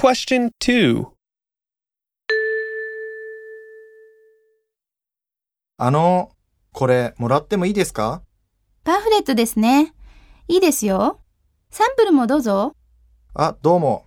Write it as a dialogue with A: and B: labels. A: Question 2.
B: あの、これもらってもいいですか
C: パンフレットですね。いいですよ。サンプルもどうぞ。
B: あ、どうも。